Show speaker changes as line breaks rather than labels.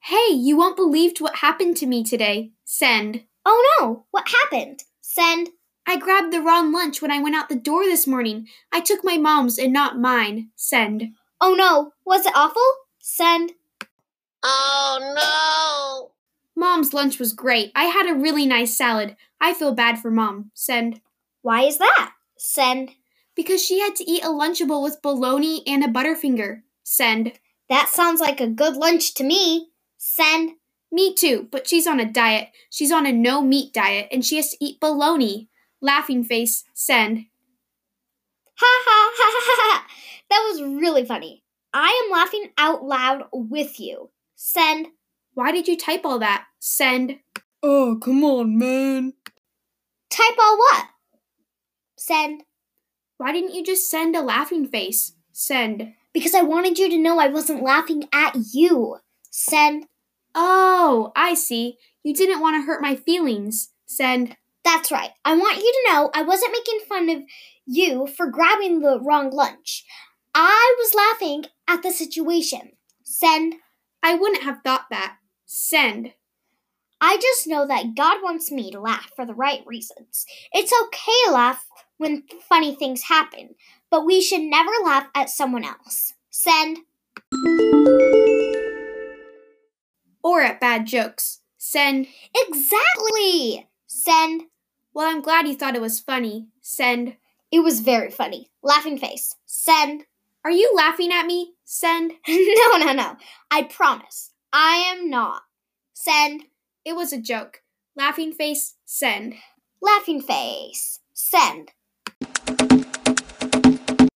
Hey, you won't believe what happened to me today. Send.
Oh no, what happened? Send.
I grabbed the wrong lunch when I went out the door this morning. I took my mom's and not mine. Send.
Oh no, was it awful? Send.
Oh
Mom's lunch was great. I had a really nice salad. I feel bad for mom. Send.
Why is that? Send.
Because she had to eat a Lunchable with bologna and a Butterfinger. Send.
That sounds like a good lunch to me. Send.
Me too, but she's on a diet. She's on a no meat diet and she has to eat bologna. Laughing face, send.
Ha ha ha ha ha. ha. That was really funny. I am laughing out loud with you. Send.
Why did you type all that? Send. Oh, come on, man.
Type all what? Send.
Why didn't you just send a laughing face? Send.
Because I wanted you to know I wasn't laughing at you. Send.
Oh, I see. You didn't want to hurt my feelings. Send.
That's right. I want you to know I wasn't making fun of you for grabbing the wrong lunch. I was laughing at the situation. Send.
I wouldn't have thought that. Send.
I just know that God wants me to laugh for the right reasons. It's okay to laugh when funny things happen, but we should never laugh at someone else. Send.
Or at bad jokes. Send.
Exactly! Send.
Well, I'm glad you thought it was funny. Send.
It was very funny. Laughing face. Send.
Are you laughing at me? Send.
no, no, no. I promise. I am not. Send.
It was a joke. Laughing face, send.
Laughing face. Send.